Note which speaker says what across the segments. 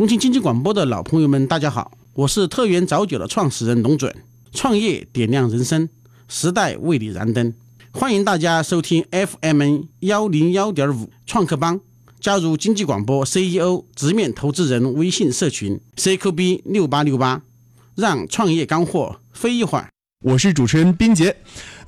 Speaker 1: 重庆经济广播的老朋友们，大家好，我是特园早酒的创始人龙准。创业点亮人生，时代为你燃灯。欢迎大家收听 FM 幺零幺点五创客帮，加入经济广播 CEO 直面投资人微信社群 CQB 六八六八，让创业干货飞一会儿。
Speaker 2: 我是主持人斌杰。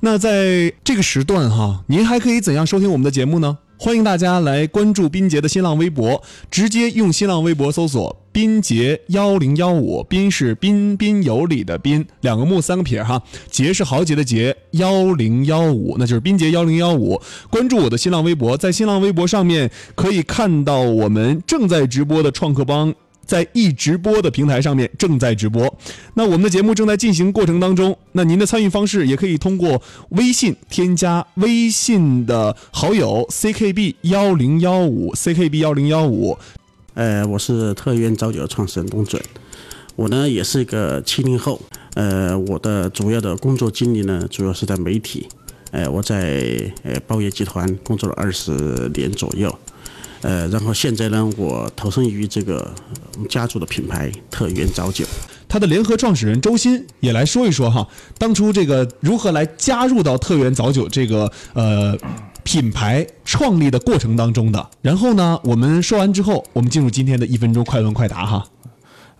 Speaker 2: 那在这个时段哈，您还可以怎样收听我们的节目呢？欢迎大家来关注斌杰的新浪微博，直接用新浪微博搜索“斌杰幺零幺五”，斌是彬彬有礼的彬，两个木三个撇哈，杰是豪杰的杰，幺零幺五，那就是斌杰幺零幺五。关注我的新浪微博，在新浪微博上面可以看到我们正在直播的创客帮在易直播的平台上面正在直播。那我们的节目正在进行过程当中，那您的参与方式也可以通过微信添加微信的好友 ckb 幺零幺五 ckb 幺零幺五。
Speaker 1: 呃，我是特约早酒的创始人董准，我呢也是一个七零后，呃，我的主要的工作经历呢，主要是在媒体，呃，我在呃报业集团工作了二十年左右，呃，然后现在呢，我投身于这个呃家族的品牌特原早酒，
Speaker 2: 他的联合创始人周鑫也来说一说哈，当初这个如何来加入到特园早酒这个呃品牌创立的过程当中的。然后呢，我们说完之后，我们进入今天的一分钟快问快答哈。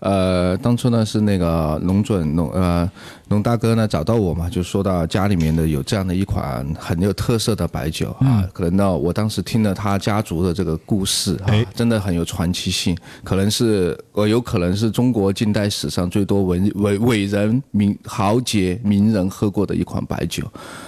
Speaker 3: 呃，当初呢是那个龙准龙呃龙大哥呢找到我嘛，就说到家里面的有这样的一款很有特色的白酒啊，可能呢我当时听了他家族的这个故事啊，
Speaker 2: 哎
Speaker 3: 真的很有传奇性，可能是呃有可能是中国近代史上最多文伟伟人名豪杰名人喝过的一款白酒，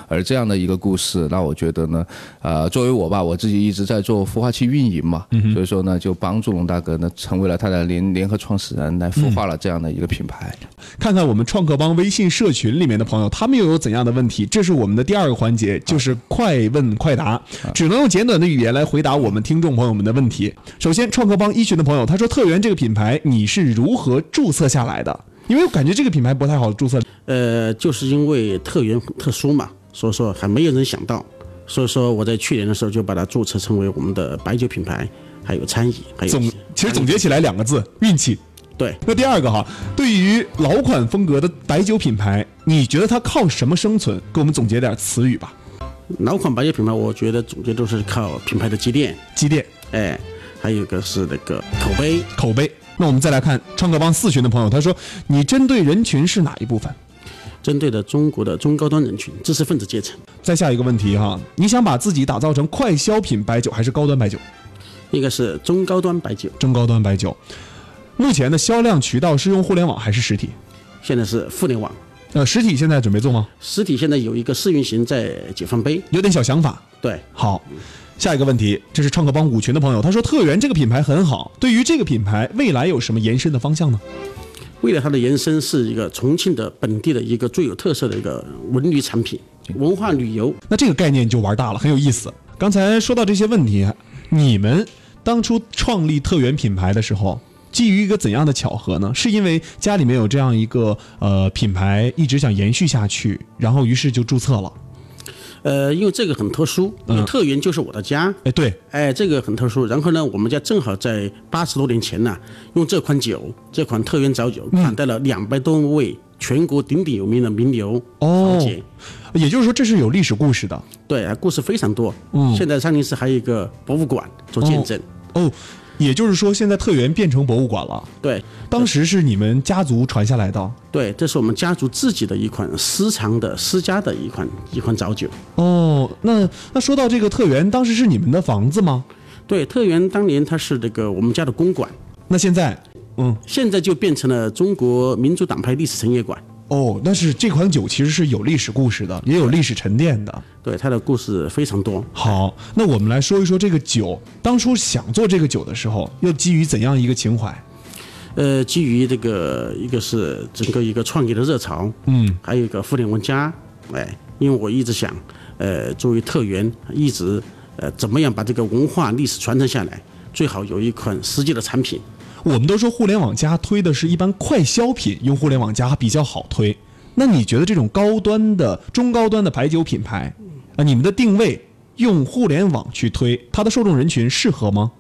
Speaker 3: 而这样的一个故事，那我觉得呢，呃，作为我吧，我自己一直在做孵化器运营嘛，所以说呢，就帮助龙大哥呢，成为了他的联联合创始人，来孵化了这样的一个品牌。
Speaker 2: 看看我们创客帮微信社群里面的朋友，他们又有怎样的问题？这是我们的第二个环节，就是快问快答，只能用简短的语言来回答我们听众朋友们的问题。首先，创客帮一群的朋友他说，特园这个品牌你是如何注册下来的？因为我感觉这个品牌不太好注册，
Speaker 1: 呃，就是因为特原特殊嘛，所以说还没有人想到，所以说我在去年的时候就把它注册成为我们的白酒品牌，还有餐饮，还有
Speaker 2: 总其实总结起来两个字，运气。
Speaker 1: 对。
Speaker 2: 那第二个哈，对于老款风格的白酒品牌，你觉得它靠什么生存？给我们总结点词语吧。
Speaker 1: 老款白酒品牌，我觉得总结都是靠品牌的积淀，
Speaker 2: 积淀、
Speaker 1: 哎，还有一个是那个口碑，
Speaker 2: 口碑。那我们再来看创客帮四群的朋友，他说你针对人群是哪一部分？
Speaker 1: 针对的中国的中高端人群、知识分子阶层。
Speaker 2: 再下一个问题哈，你想把自己打造成快消品白酒还是高端白酒？
Speaker 1: 一个是中高端白酒，
Speaker 2: 中高端白酒，目前的销量渠道是用互联网还是实体？
Speaker 1: 现在是互联网，
Speaker 2: 呃，实体现在准备做吗？
Speaker 1: 实体现在有一个试运行在解放碑，
Speaker 2: 有点小想法。
Speaker 1: 对，
Speaker 2: 好，下一个问题，这是创客帮五群的朋友，他说特源这个品牌很好，对于这个品牌未来有什么延伸的方向呢？
Speaker 1: 为了它的延伸是一个重庆的本地的一个最有特色的一个文旅产品，文化旅游。
Speaker 2: 那这个概念就玩大了，很有意思。刚才说到这些问题，你们当初创立特源品牌的时候，基于一个怎样的巧合呢？是因为家里面有这样一个呃品牌一直想延续下去，然后于是就注册了。
Speaker 1: 呃，因为这个很特殊，因为特园就是我的家，
Speaker 2: 哎，对，
Speaker 1: 哎，这个很特殊。然后呢，我们家正好在八十多年前呢、用这款酒，这款特原早
Speaker 2: 嗯
Speaker 1: 酒，款待了两百多位全国鼎鼎有名的名流豪
Speaker 2: 哦
Speaker 1: 杰。
Speaker 2: 也就是说这是有历史故事的
Speaker 1: 对，啊故事非常多。
Speaker 2: 嗯
Speaker 1: 现在昌宁市还有一个博物馆做见证。
Speaker 2: 哦。也就是说，现在特源变成博物馆了。
Speaker 1: 对
Speaker 2: 当时是你们家族传下来的
Speaker 1: 对，这是我们家族自己的一款私藏的、私家的一款一款早酒。
Speaker 2: 哦。那那说到这个特源，当时是你们的房子吗？
Speaker 1: 对，特原当年它是这个我们家的公馆，
Speaker 2: 那现在，嗯，
Speaker 1: 现在就变成了中国民族党派历史陈列馆。
Speaker 2: 哦，但是这款酒其实是有历史故事的，也有历史沉淀的。
Speaker 1: 对，它的故事非常多。
Speaker 2: 好，那我们来说一说这个酒，当初想做这个酒的时候，又基于怎样一个情怀？
Speaker 1: 呃，基于这个一个是整个一个创业的热潮，嗯，还有一个互联网加，哎，因为我一直想，呃，作为特园，一直呃怎么样把这个文化历史传承下来，最好有一款实际的产品。
Speaker 2: 我们都说互联网加推的是一般快消品，用互联网加比较好推。那你觉得这种高端的、中高端的白酒品牌，啊，你们的定位用互联网去推，它的受众人群适合吗？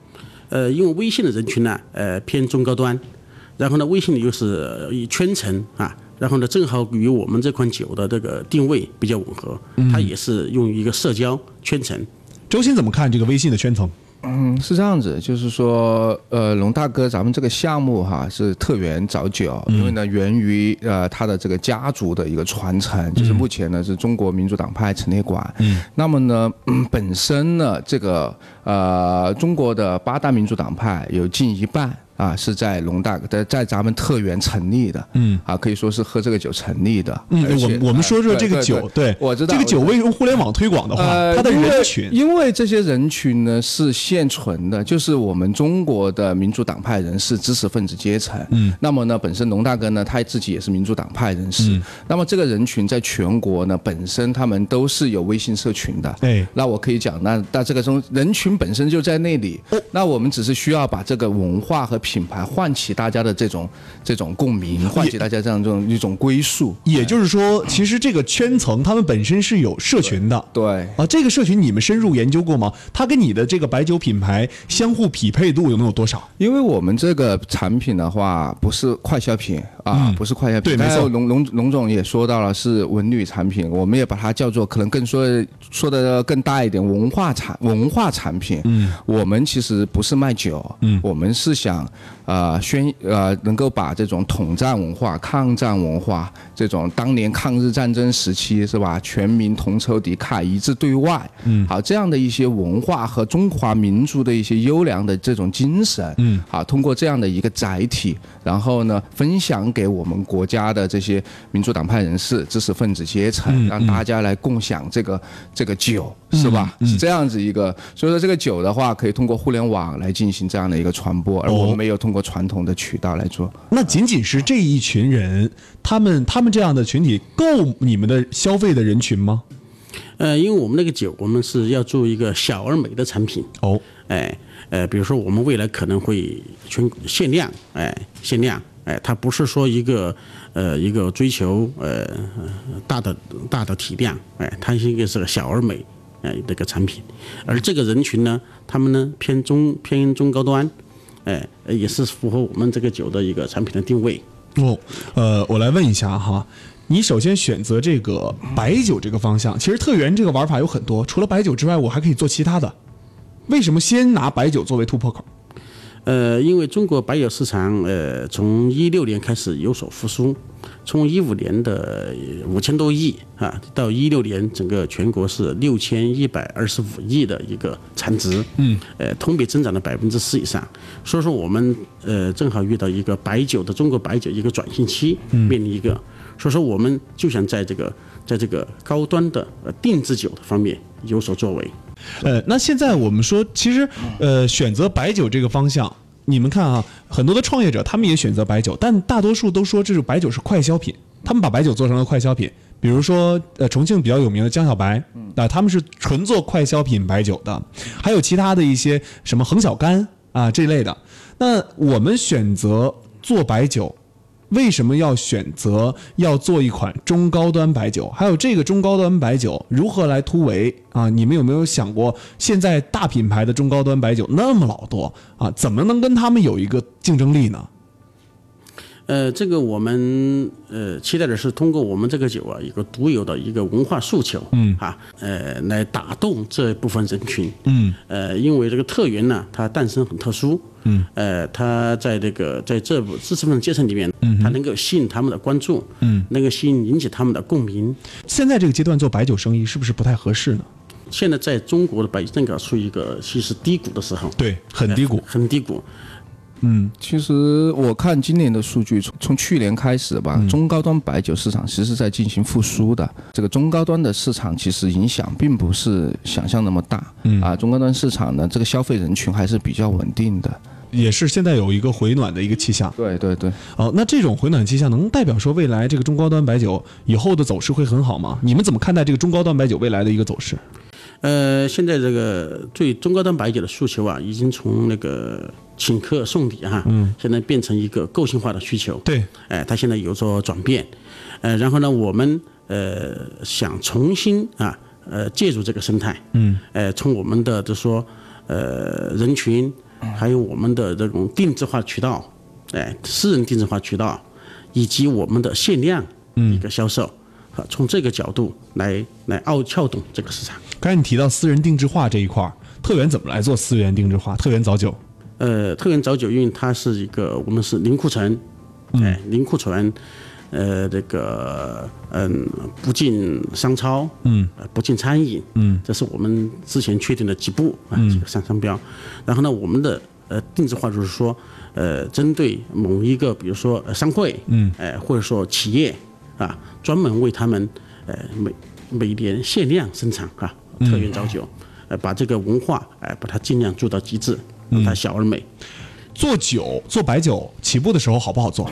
Speaker 1: 呃，因为微信的人群呢，呃，偏中高端，然后呢，微信里又是呃以圈层啊，然后呢，正好与我们这款酒的这个定位比较吻合，它也是用于一个社交圈层。
Speaker 2: 周鑫怎么看这个微信的圈层？
Speaker 3: 嗯，是这样子，就是说，呃，龙大哥，咱们这个项目哈是特源早酒，
Speaker 2: 嗯
Speaker 3: 因为呢源于呃他的这个家族的一个传承，就是
Speaker 2: 嗯
Speaker 3: 目前呢是中国民主党派陈列馆。嗯，那么呢、嗯本身呢这个呃中国的八大民主党派有近一半。啊，是在龙大在在咱们特源成立的，嗯，啊，可以说是喝这个酒成立的。而
Speaker 2: 嗯，我
Speaker 3: 且
Speaker 2: 们我们说说
Speaker 3: 呃
Speaker 2: 这个酒，
Speaker 3: 对，我知道
Speaker 2: 这个酒
Speaker 3: 我知道
Speaker 2: 为用互联网推广的话，它啊的
Speaker 3: 呃因为
Speaker 2: 人群，
Speaker 3: 因为这些人群呢是现存的，就是我们中国的民主党派人士、知识分子阶层。嗯，那么呢，本身龙大哥呢，他自己也是民主党派人士。
Speaker 2: 嗯
Speaker 3: 那么这个人群在全国呢，本身他们都是有微信社群的。
Speaker 2: 哎，
Speaker 3: 那我可以讲，那那这个中人群本身就在那里，
Speaker 2: 哦
Speaker 3: 那我们只是需要把这个文化和品牌唤起大家的这种这种共鸣，唤起大家这样这种一种归宿。
Speaker 2: 也就是说，其实这个圈层他们本身是有社群的。
Speaker 3: 对，
Speaker 2: 啊，这个社群你们深入研究过吗？它跟你的这个白酒品牌相互匹配度有能有多少？
Speaker 3: 因为我们这个产品的话，不是快消品啊，不是快消
Speaker 2: 嗯对
Speaker 3: 品。
Speaker 2: 没
Speaker 3: 刚才
Speaker 2: 错
Speaker 3: 龙龙龙总也说到了，是文旅产品，我们也把它叫做可能更说说的更大一点，文化产文化产品。嗯，我们其实不是卖酒，嗯，我们是想呃宣呃能够把这种统战文化、抗战文化，这种当年抗日战争时期是吧，全民同仇敌忾、一致对外，嗯，好这样的一些文化和中华民族的一些优良的这种精神，嗯，好通过这样的一个载体，然后呢分享给我们国家的这些民主党派人士、知识分子阶层，让大家来共享这个这个酒，是吧？是这样子一个，所以说这个酒的话，可以通过互联网来进行这样的一个传播，而
Speaker 2: 哦
Speaker 3: 我们没有通过传统的渠道来做。
Speaker 2: 那仅仅是这一群人，他们他们这样的群体够你们的消费的人群吗？
Speaker 1: 呃，因为我们那个酒，我们是要做一个小而美的产品，
Speaker 2: 哦，
Speaker 1: 哎、呃，比如说我们未来可能会全限量，哎、限量，哎、它不是说一个呃一个追求呃呃大的大的体量，哎、它应该是个小而美，哎、这个产品，而这个人群呢，他们呢偏中偏中高端，哎、呃也是符合我们这个酒的一个产品的定位。
Speaker 2: 哦，呃，我来问一下哈，你首先选择这个白酒这个方向，其实特源这个玩法有很多，除了白酒之外，我还可以做其他的。为什么先拿白酒作为突破口？
Speaker 1: 呃，因为中国白酒市场，呃，从一六年开始有所复苏，从一五年的五千多亿啊，到一六年整个全国是六千一百二十五亿的一个产值，嗯，呃，同比增长了百分之四以上，所以说我们呃正好遇到一个白酒的中国白酒一个转型期，面临一个，所以说我们就想在这个在这个高端的呃定制酒的方面有所作为。
Speaker 2: 呃，那现在我们说，其实呃，选择白酒这个方向，你们看啊，很多的创业者他们也选择白酒，但大多数都说这是白酒是快消品，他们把白酒做成了快消品。比如说，呃，重庆比较有名的江小白，啊、他们是纯做快消品白酒的，还有其他的一些什么恒小干啊这类的。那我们选择做白酒，为什么要选择要做一款中高端白酒？还有这个中高端白酒如何来突围啊？你们有没有想过，现在大品牌的中高端白酒那么老多啊，怎么能跟他们有一个竞争力呢？
Speaker 1: 呃，这个我们呃期待的是通过我们这个酒啊，一个独有的一个文化诉求，嗯，啊，呃，来打动这部分人群，嗯，呃，因为这个特源呢，它诞生很特殊，嗯，呃，它在这个在这部知识分子阶层里面，嗯，它能够吸引他们的关注，嗯，能够吸引引起他们的共鸣。
Speaker 2: 现在这个阶段做白酒生意是不是不太合适呢？
Speaker 1: 现在在中国的白酒正搞出一个其实低谷的时候，
Speaker 2: 对，很低谷。
Speaker 1: 很低谷，
Speaker 3: 其实我看今年的数据，从从去年开始吧，中高端白酒市场其实是在进行复苏的。这个中高端的市场其实影响并不是想象那么大，啊，中高端市场呢，这个消费人群还是比较稳定的。
Speaker 2: 也是现在有一个回暖的一个气象
Speaker 3: 对对对，
Speaker 2: 哦，那这种回暖气象能代表说未来这个中高端白酒以后的走势会很好吗？你们怎么看待这个中高端白酒未来的一个走势？
Speaker 1: 呃，现在这个对中高端白酒的诉求啊，已经从那个请客送礼哈、嗯，现在变成一个个性化的需求。，
Speaker 2: 对，
Speaker 1: 哎、它现在有所转变，呃，然后呢，我们呃想重新啊，呃，介入这个生态，嗯，呃，从我们的就说呃人群，还有我们的这种定制化渠道，哎，私人定制化渠道，以及我们的限量一个销售，啊，从这个角度来来奥撬动这个市场。
Speaker 2: 刚才你提到私人定制化这一块儿，特源怎么来做私人定制化？特源早酒，
Speaker 1: 呃，特源早酒，因为它是一个我们是零库存，哎，零库存，呃，这个嗯，不进商超，嗯，不进餐饮，嗯，这是我们之前确定的几步啊，几个三商标。然后呢，我们的呃定制化就是说，呃，针对某一个，比如说呃商会，嗯，哎、或者说企业啊，专门为他们呃每每年限量生产啊特源早酒，呃，把这个文化哎、把它尽量做到极致，让它小而美。
Speaker 2: 做酒做白酒起步的时候好不好做？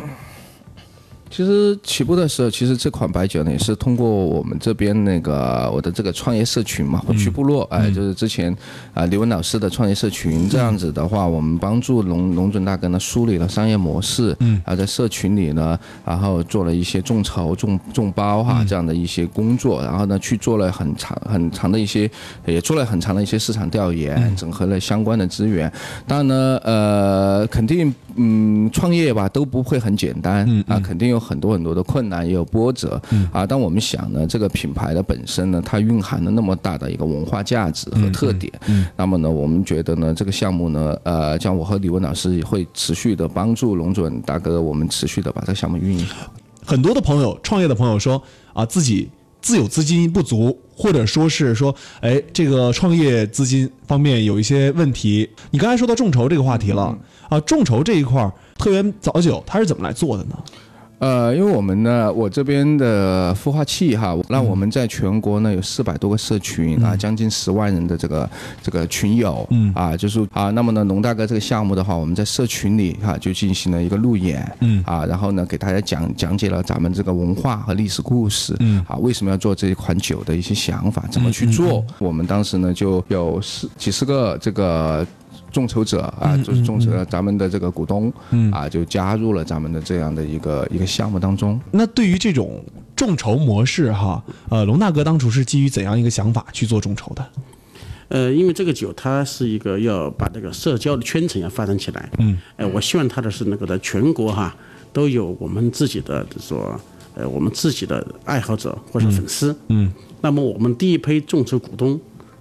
Speaker 3: 其实起步的时候，其实这款白酒呢也是通过我们这边那个我的这个创业社群嘛，我去部落，哎、就是之前啊、刘文老师的创业社群这样子的话，我们帮助龙龙准大哥呢梳理了商业模式，嗯，然后在社群里呢，啊然后做了一些众筹、众众包哈、这样的一些工作，然后呢去做了很长很长的一些，也做了很长的一些市场调研，整合了相关的资源。当然呢，呃，肯定嗯创业吧都不会很简单，啊，肯定有很多很多的困难，也有波折，啊，但我们想呢，这个品牌的本身呢，它蕴含了那么大的一个文化价值和特点，那么呢，我们觉得呢，这个项目呢，呃，像我和李文老师也会持续的帮助龙准大哥，我们持续的把这个项目运营好。
Speaker 2: 很多的朋友，创业的朋友说啊，自己自有资金不足，或者说是说，哎，这个创业资金方面有一些问题。你刚才说到众筹这个话题了啊，众筹这一块儿，特源早酒它是怎么来做的呢？
Speaker 3: 呃，因为我们呢，我这边的孵化器哈，那我们在全国呢有四百多个社群啊，将近十万人的这个这个群友，嗯啊，就是啊，那么呢，龙大哥这个项目的话，我们在社群里哈、就进行了一个路演，嗯啊，然后呢给大家讲讲解了咱们这个文化和历史故事，嗯啊，为什么要做这一款酒的一些想法，怎么去做，我们当时呢就有十几十个这个。众筹者啊，就是众筹了咱们的这个股东啊，就加入了咱们的这样的一个一个项目当中。
Speaker 2: 那对于这种众筹模式哈，呃，龙大哥当初是基于怎样一个想法去做众筹的？
Speaker 1: 呃，因为这个酒它是一个要把这个社交的圈层要发展起来，嗯，哎、我希望它的是能够在全国哈都有我们自己的就是说呃我们自己的爱好者或者粉丝，嗯，那么我们第一批众筹股东，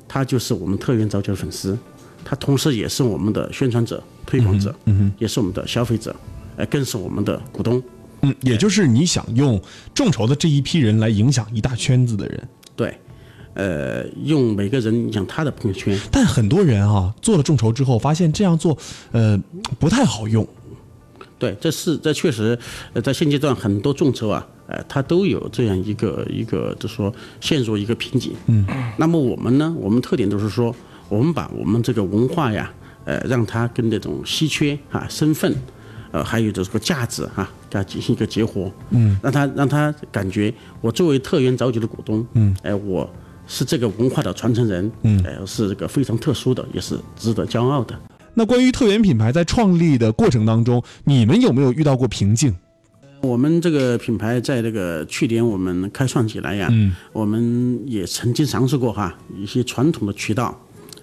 Speaker 1: 他就是我们特源早酒的粉丝，他同时也是我们的宣传者、推广者，嗯也是我们的消费者，哎、更是我们的股东，
Speaker 2: 嗯，也就是你想用众筹的这一批人来影响一大圈子的人，
Speaker 1: 对，呃，用每个人影响他的朋友圈，
Speaker 2: 但很多人啊做了众筹之后，发现这样做，呃，不太好用。
Speaker 1: 对，这是这确实，呃，在现阶段很多众筹啊，呃，它都有这样一个一个，就说陷入一个瓶颈。嗯，那么我们呢，我们特点都是说，我们把我们这个文化呀，呃，让它跟这种稀缺啊、身份，呃，还有这个价值哈、给它进行一个结合。嗯，让他让他感觉，我作为特源早酒的股东，嗯，哎、我。是这个文化的传承人，嗯，呃，是这个非常特殊的，也是值得骄傲的。
Speaker 2: 那关于特源品牌在创立的过程当中，你们有没有遇到过瓶颈？
Speaker 1: 呃我们这个品牌在这个去年我们开创起来呀，我们也曾经尝试过哈一些传统的渠道，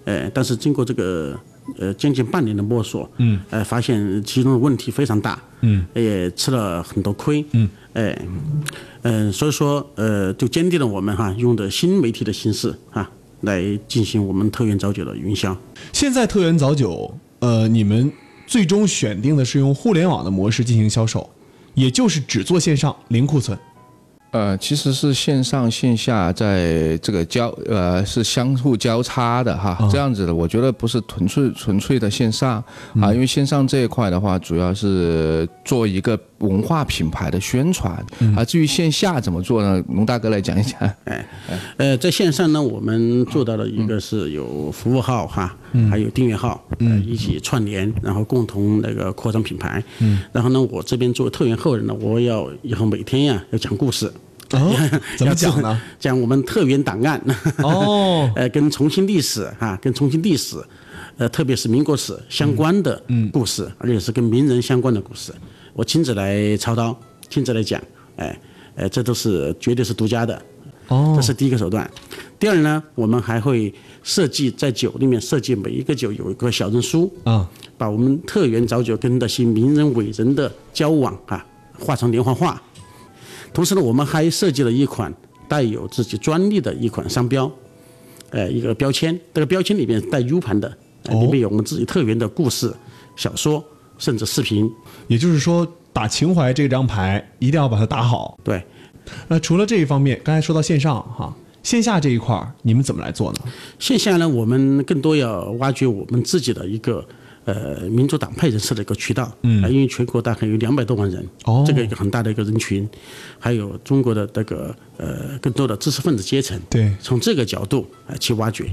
Speaker 1: 呃，但是经过这个呃将近半年的摸索，嗯，呃，发现其中的问题非常大，嗯，也吃了很多亏，嗯，哎、嗯、所以说呃，就坚定了我们哈用的新媒体的形式哈来进行我们特源早酒的营销。
Speaker 2: 现在特源早酒，呃，你们最终选定的是用互联网的模式进行销售，也就是只做线上零库存。
Speaker 3: 呃，其实是线上线下在这个交呃是相互交叉的哈，这样子的，我觉得不是纯粹纯粹的线上啊，因为线上这一块的话，主要是做一个文化品牌的宣传啊。至于线下怎么做呢？龙大哥来讲一讲。
Speaker 1: 呃，在线上呢，我们做到了一个是有服务号哈，还有订阅号，嗯、一起串联，然后共同那个扩张品牌。嗯，然后呢，我这边做特源后人呢，我要以后每天呀要讲故事，
Speaker 2: 哦，
Speaker 1: 啊
Speaker 2: 怎么讲呢？
Speaker 1: 讲我们特源档案，
Speaker 2: 哦，
Speaker 1: 呃，跟重庆历史哈、跟重庆历史，呃，特别是民国史相关的
Speaker 2: 嗯
Speaker 1: 故事，而且是跟名人相关的故事，我亲自来操刀，呃亲自来讲，哎、哎、这都是绝对是独家的。
Speaker 2: 哦
Speaker 1: 这是第一个手段。第二呢，我们还会设计在酒里面设计每一个酒有一个小证书，
Speaker 2: 啊，
Speaker 1: 把我们特园早酒跟那些名人伟人的交往啊，画成连环画。同时呢，我们还设计了一款带有自己专利的一款商标，呃，一个标签。这个标签里面带 U 盘的，呃
Speaker 2: 哦
Speaker 1: 里面有我们自己特园的故事、小说，甚至视频。
Speaker 2: 也就是说，打情怀这张牌一定要把它打好。
Speaker 1: 对，
Speaker 2: 那除了这一方面，刚才说到线上哈，线下这一块儿你们怎么来做呢？
Speaker 1: 线下呢，我们更多要挖掘我们自己的一个呃民主党派人士的一个渠道，嗯、因为全国大概有两百多万人，
Speaker 2: 哦
Speaker 1: 这个一个很大的一个人群，还有中国的这个呃更多的知识分子阶层，
Speaker 2: 对
Speaker 1: 从这个角度啊、呃去挖掘，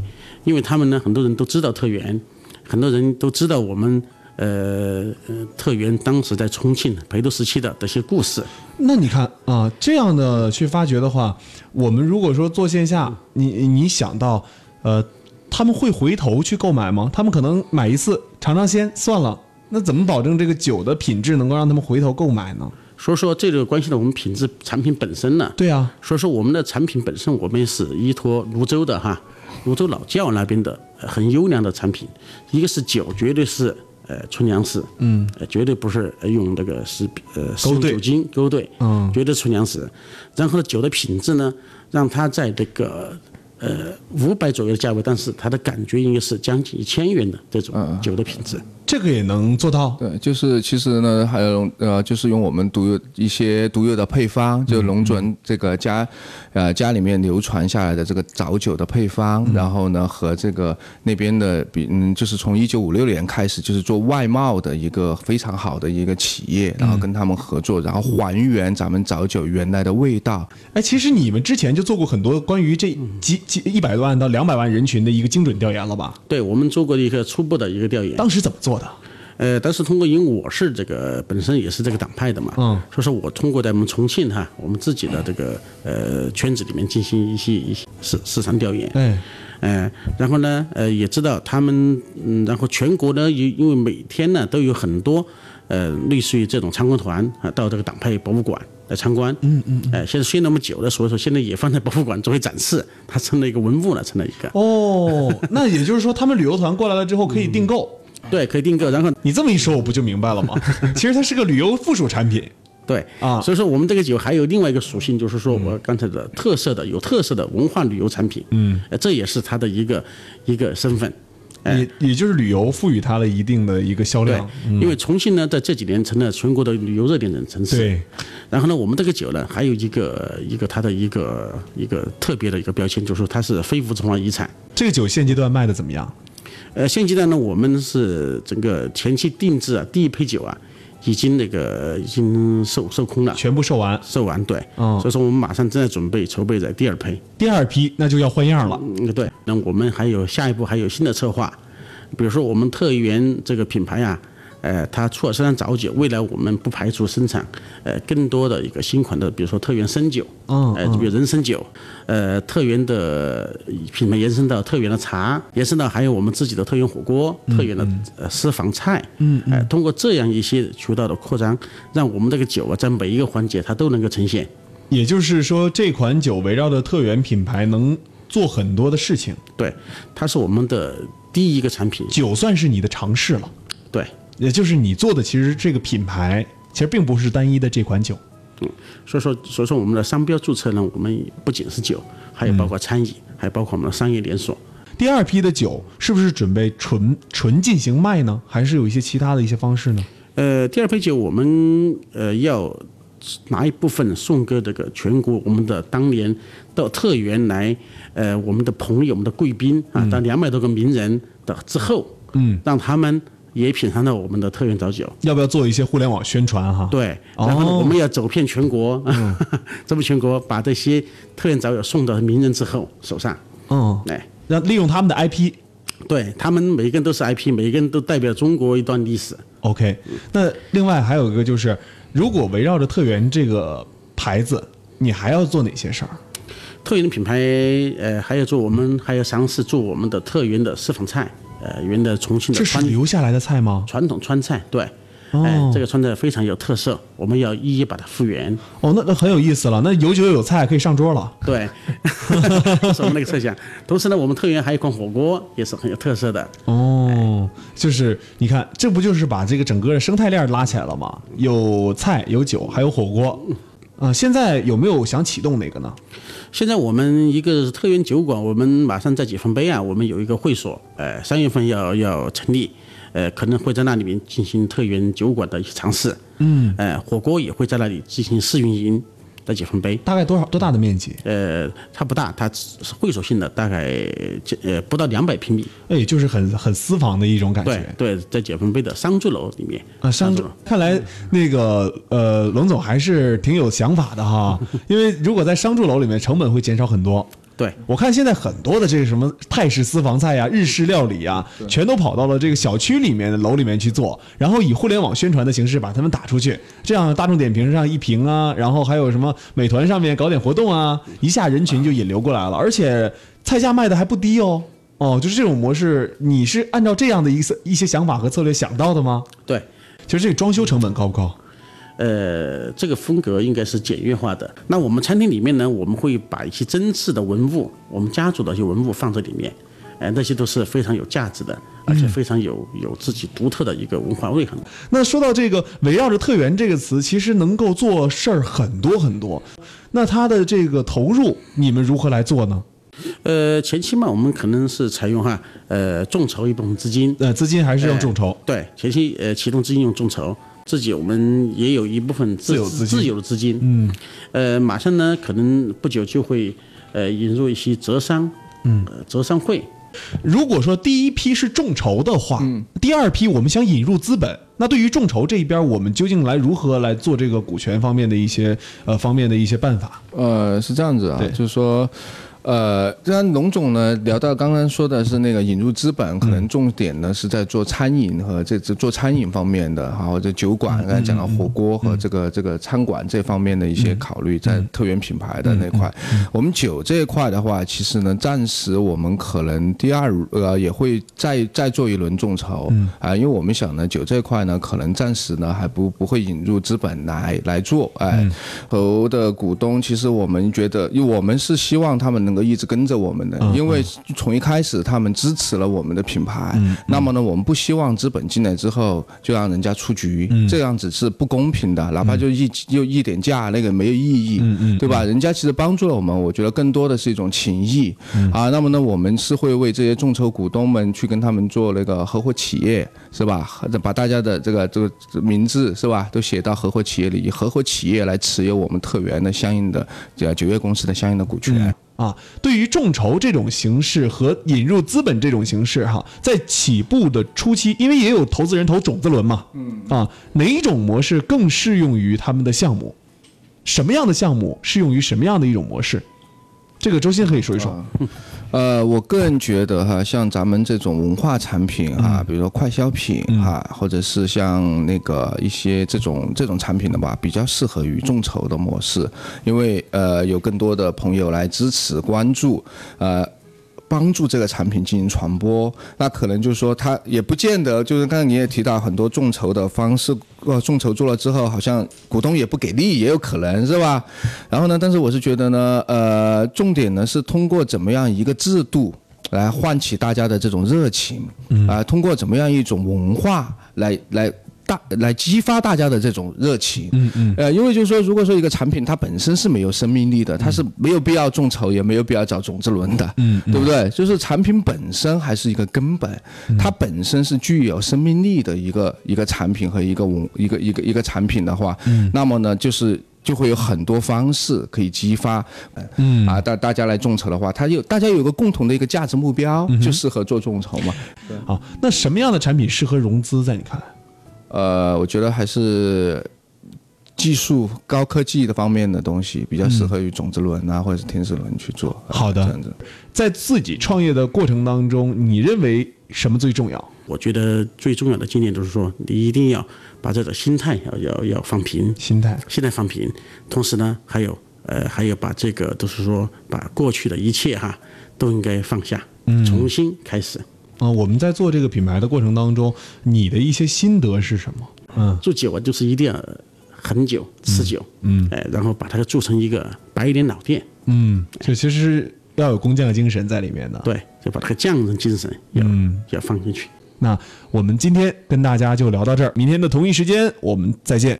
Speaker 1: 因为他们呢很多人都知道特园，很多人都知道我们。呃呃，特园当时在重庆陪都时期的这些故事，
Speaker 2: 那你看啊，这样的去发掘的话，我们如果说做线下，你你想到，呃，他们会回头去购买吗？他们可能买一次尝尝鲜算了，那怎么保证这个酒的品质能够让他们回头购买呢？
Speaker 1: 所以说这就关系到我们品质产品本身呢。
Speaker 2: 对啊，
Speaker 1: 所以说我们的产品本身，我们是依托泸州的哈，泸州老窖那边的呃很优良的产品，一个是酒，绝对是呃纯粮食，嗯、绝对不是呃用那个食呃食用
Speaker 2: 兑
Speaker 1: 酒精勾兑，
Speaker 2: 嗯，
Speaker 1: 绝对纯粮食。然后呢，酒的品质呢，让它在这个。呃，五百左右的价位，但是它的感觉应该是将近一千元的这种酒的品质。
Speaker 2: 这个也能做到。
Speaker 3: 对，就是其实呢，还有呃，就是用我们独有一些独有的配方，就龙准这个家，呃家里面流传下来的这个早酒的配方，然后呢和这个那边的比，嗯，就是从一九五六年开始，就是做外贸的一个非常好的一个企业，然后跟他们合作，然后还原咱们早酒原来的味道，
Speaker 2: 哎，其实你们之前就做过很多关于这几几一百万到两百万人群的一个精准调研了吧？
Speaker 1: 对我们做过一个初步的一个调研，
Speaker 2: 当时怎么做的？
Speaker 1: 呃，但是通过因为我是这个本身也是这个党派的嘛，
Speaker 2: 嗯，
Speaker 1: 所以说我通过在我们重庆哈，我们自己的这个呃圈子里面进行一些一些市市场调研，
Speaker 2: 哎，
Speaker 1: 呃，然后呢，呃，也知道他们，嗯，然后全国呢，也因为每天呢都有很多，呃，类似于这种参观团啊，到这个党派博物馆来参观。嗯嗯。哎、现在虽然那么久了，所以说现在也放在博物馆作为展示，它成了一个文物了，成了一个。
Speaker 2: 哦，那也就是说，他们旅游团过来了之后可以订购。
Speaker 1: 对，可以订购，然后
Speaker 2: 你这么一说，我不就明白了吗？其实它是个旅游附属产品。
Speaker 1: 对
Speaker 2: 啊
Speaker 1: 所以说我们这个酒还有另外一个属性，就是说我刚才的特色的有特色的文化旅游产品，嗯，呃，这也是它的一个一个身份，
Speaker 2: 也也就是旅游赋予它了一定的一个销
Speaker 1: 对
Speaker 2: 量。，
Speaker 1: 因为重庆呢在这几年成了全国的旅游热点城市，，
Speaker 2: 对，
Speaker 1: 然后呢，我们这个酒呢还有一个一个它的一个一个特别的一个标签，就是说它是非物质文化遗产。
Speaker 2: 这个酒现阶段卖的怎么样？
Speaker 1: 呃，现阶段呢，我们是整个前期定制啊，第一批酒啊，已经那个已经售售空了，
Speaker 2: 全部售完，
Speaker 1: 售完对，
Speaker 2: 哦
Speaker 1: 所以说我们马上正在准备筹备在第二批。
Speaker 2: 第二批那就要换样了。
Speaker 1: 嗯，对。那我们还有下一步还有新的策划，比如说我们特园这个品牌啊，呃，它除了生产早酒，未来我们不排除生产呃更多的一个新款的，比如说特园生酒，
Speaker 2: 嗯
Speaker 1: 呃，就比如人参酒，呃，特园的品牌延伸到特园的茶，延伸到还有我们自己的特园火锅、特园的呃私房菜，嗯，哎、通过这样一些渠道的扩张，让我们这个酒啊，在每一个环节它都能够呈现。
Speaker 2: 也就是说，这款酒围绕着特园品牌能做很多的事情，
Speaker 1: 对，它是我们的第一个产品，
Speaker 2: 酒算是你的尝试了。
Speaker 1: 对。
Speaker 2: 也就是你做的，其实这个品牌其实并不是单一的这款酒。
Speaker 1: 所以说，所以说我们的商标注册呢，我们不仅是酒，还有包括餐饮，还包括我们的商业连锁。
Speaker 2: 第二批的酒是不是准备纯纯进行卖呢？还是有一些其他的一些方式呢？
Speaker 1: 呃，第二杯酒我们呃要拿一部分送给这个全国我们的当年到特园来，呃，我们的朋友、我们的贵宾啊，当两百多个名人的之后，嗯，让他们也品尝到我们的特园早酒。
Speaker 2: 要不要做一些互联网宣传哈？
Speaker 1: 对，然后呢，
Speaker 2: 哦
Speaker 1: 我们要走遍全国， 走遍全国，把这些特园早酒送到名人之后手上，
Speaker 2: 嗯，
Speaker 1: 哎。
Speaker 2: 让利用他们的 IP。
Speaker 1: 对他们每一个人都是 IP，每一个人都代表中国一段历史。
Speaker 2: OK，那另外还有一个就是，如果围绕着特园这个牌子，你还要做哪些事儿？
Speaker 1: 特园的品牌，呃，还要做我们还要尝试做我们的特园的私房菜，呃，原来重庆的
Speaker 2: 这是哦
Speaker 1: 川
Speaker 2: 留下来的菜吗？
Speaker 1: 传统川菜，对，哎、这个川菜非常有特色，我们要一一把它复原。
Speaker 2: 哦，那那很有意思了，那有酒有菜可以上桌了。
Speaker 1: 对， 这是我们那个设想。同时呢，我们特园还有一款火锅也是很有特色的。
Speaker 2: 哦，就是你看，这不就是把这个整个的生态链拉起来了吗？有菜，有酒，还有火锅。啊、现在有没有想启动哪个呢？
Speaker 1: 现在我们一个是特园酒馆，我们马上在解放碑啊，我们有一个会所，呃，三月份要要成立，呃，可能会在那里面进行特园酒馆的一些尝试。嗯，呃，火锅也会在那里进行试运营，在解放碑。
Speaker 2: 大概多少多大的面积？
Speaker 1: 呃，它不大，它只是会所性的，大概呃不到两百平米。
Speaker 2: 哎，就是很很私房的一种感
Speaker 1: 对
Speaker 2: 觉。
Speaker 1: 对，在解放碑的商住楼里面
Speaker 2: 啊，商
Speaker 1: 住
Speaker 2: 周，看来那个呃，龙总还是挺有想法的 哈，因为如果在商住楼里面，成本会减少很多。
Speaker 1: 对
Speaker 2: 我看现在很多的这个什么泰式私房菜呀、日式料理呀，全都跑到了这个小区里面的楼里面去做，然后以互联网宣传的形式把他们打出去，这样大众点评上一评啊，然后还有什么美团上面搞点活动啊，一下人群就引流过来了，而且菜价卖的还不低哦。哦，就是这种模式，你是按照这样的一些一些想法和策略想到的吗？
Speaker 1: 对，
Speaker 2: 其实这个装修成本高不高？
Speaker 1: 呃，这个风格应该是简约化的。那我们餐厅里面呢，我们会把一些真挚的文物，我们家族的一些文物放在里面，哎、那些都是非常有价值的，而
Speaker 2: 嗯
Speaker 1: 且非常有有自己独特的一个文化内涵。
Speaker 2: 那说到这个，围绕着“特园”这个词，其实能够做事儿很多很多。那它的这个投入，你们如何来做呢？
Speaker 1: 呃，前期嘛，我们可能是采用哈，呃，众筹一部分资金，
Speaker 2: 呃，资金还是要
Speaker 1: 哎
Speaker 2: 众筹。
Speaker 1: 对，前期呃启动资金用众筹，自己我们也有一部分自
Speaker 2: 自有资金
Speaker 1: 自有的资金，嗯，呃，马上呢可能不久就会呃引入一些折商，嗯、折商会，
Speaker 2: 如果说第一批是众筹的话，第二批我们想引入资本，那对于众筹这一边，我们究竟来如何来做这个股权方面的一些呃方面的一些办法？
Speaker 3: 呃，是这样子啊
Speaker 2: 对，
Speaker 3: 就是说，呃，刚龙总呢聊到刚刚说的是那个引入资本，可能重点呢是在做餐饮和这这做餐饮方面的，然后这酒馆刚才讲到火锅和这个这个餐馆这方面的一些考虑，在特园品牌的那块，我们酒这一块的话，其实呢，暂时我们可能第二呃也会再再做一轮众筹啊、因为我们想呢，酒这一块呢，可能暂时呢还不不会引入资本来来做，哎。和的股东，其实我们觉得，因为我们是希望他们能够一直跟着我们的，因为从一开始他们支持了我们的品牌，那么呢，我们不希望资本进来之后就让人家出局，这样子是不公平的，哪怕就一就一点价，那个没有意义，对吧？人家其实帮助了我们，我觉得更多的是一种情谊啊。那么呢，我们是会为这些众筹股东们去跟他们做那个合伙企业，是吧？把大家的这个这个名字是吧，都写到合伙企业里，以合伙企业来持有我们特园的相应的这酒业公司的相应的股权。
Speaker 2: 啊，对于众筹这种形式和引入资本这种形式，哈，在起步的初期，因为也有投资人投种子轮嘛，嗯，啊，哪一种模式更适用于他们的项目？什么样的项目适用于什么样的一种模式？这个周鑫可以说一说。
Speaker 3: 呃，我个人觉得哈，像咱们这种文化产品啊，比如说快消品啊，或者是像那个一些这种这种产品的话，比较适合于众筹的模式，因为呃有更多的朋友来支持关注，呃。帮助这个产品进行传播，那可能就是说，它也不见得就是刚刚你也提到很多众筹的方式，呃，众筹做了之后，好像股东也不给力，也有可能是吧？然后呢，但是我是觉得呢，呃，重点呢是通过怎么样一个制度来唤起大家的这种热情，啊、通过怎么样一种文化来来。大来激发大家的这种热情，嗯嗯，呃，因为就是说，如果说一个产品它本身是没有生命力的，它是没有必要众筹，也没有必要找种子轮的，嗯，对不对？就是产品本身还是一个根本，它本身是具有生命力的一个一个产品和一个文一个一个一个产品的话，那么呢，就是就会有很多方式可以激发，嗯啊，大大家来众筹的话，它有大家有个共同的一个价值目标，就适合做众筹嘛。
Speaker 2: 好，啊那什么样的产品适合融资？在你看来，
Speaker 3: 呃，我觉得还是技术高科技的方面的东西比较适合于种子轮啊，或者是天使轮去做。呃
Speaker 2: 嗯好的
Speaker 3: 这样子。
Speaker 2: 在自己创业的过程当中，你认为什么最重要？
Speaker 1: 我觉得最重要的经验就是说，你一定要把这个心态要要要放平，
Speaker 2: 心态。
Speaker 1: 心态放平。同时呢，还有呃，还有把这个就是说，把过去的一切哈都应该放下，重新开始。
Speaker 2: 啊、我们在做这个品牌的过程当中，你的一些心得是什么？嗯
Speaker 1: 做酒啊，就是一定要很久持久，嗯，哎、然后把它做成一个白莲老店，
Speaker 2: 嗯，就其实是要有工匠精神在里面的。
Speaker 1: 对，就把这个匠人精神要、
Speaker 2: 嗯
Speaker 1: 要放进去。
Speaker 2: 那我们今天跟大家就聊到这儿，明天的同一时间我们再见。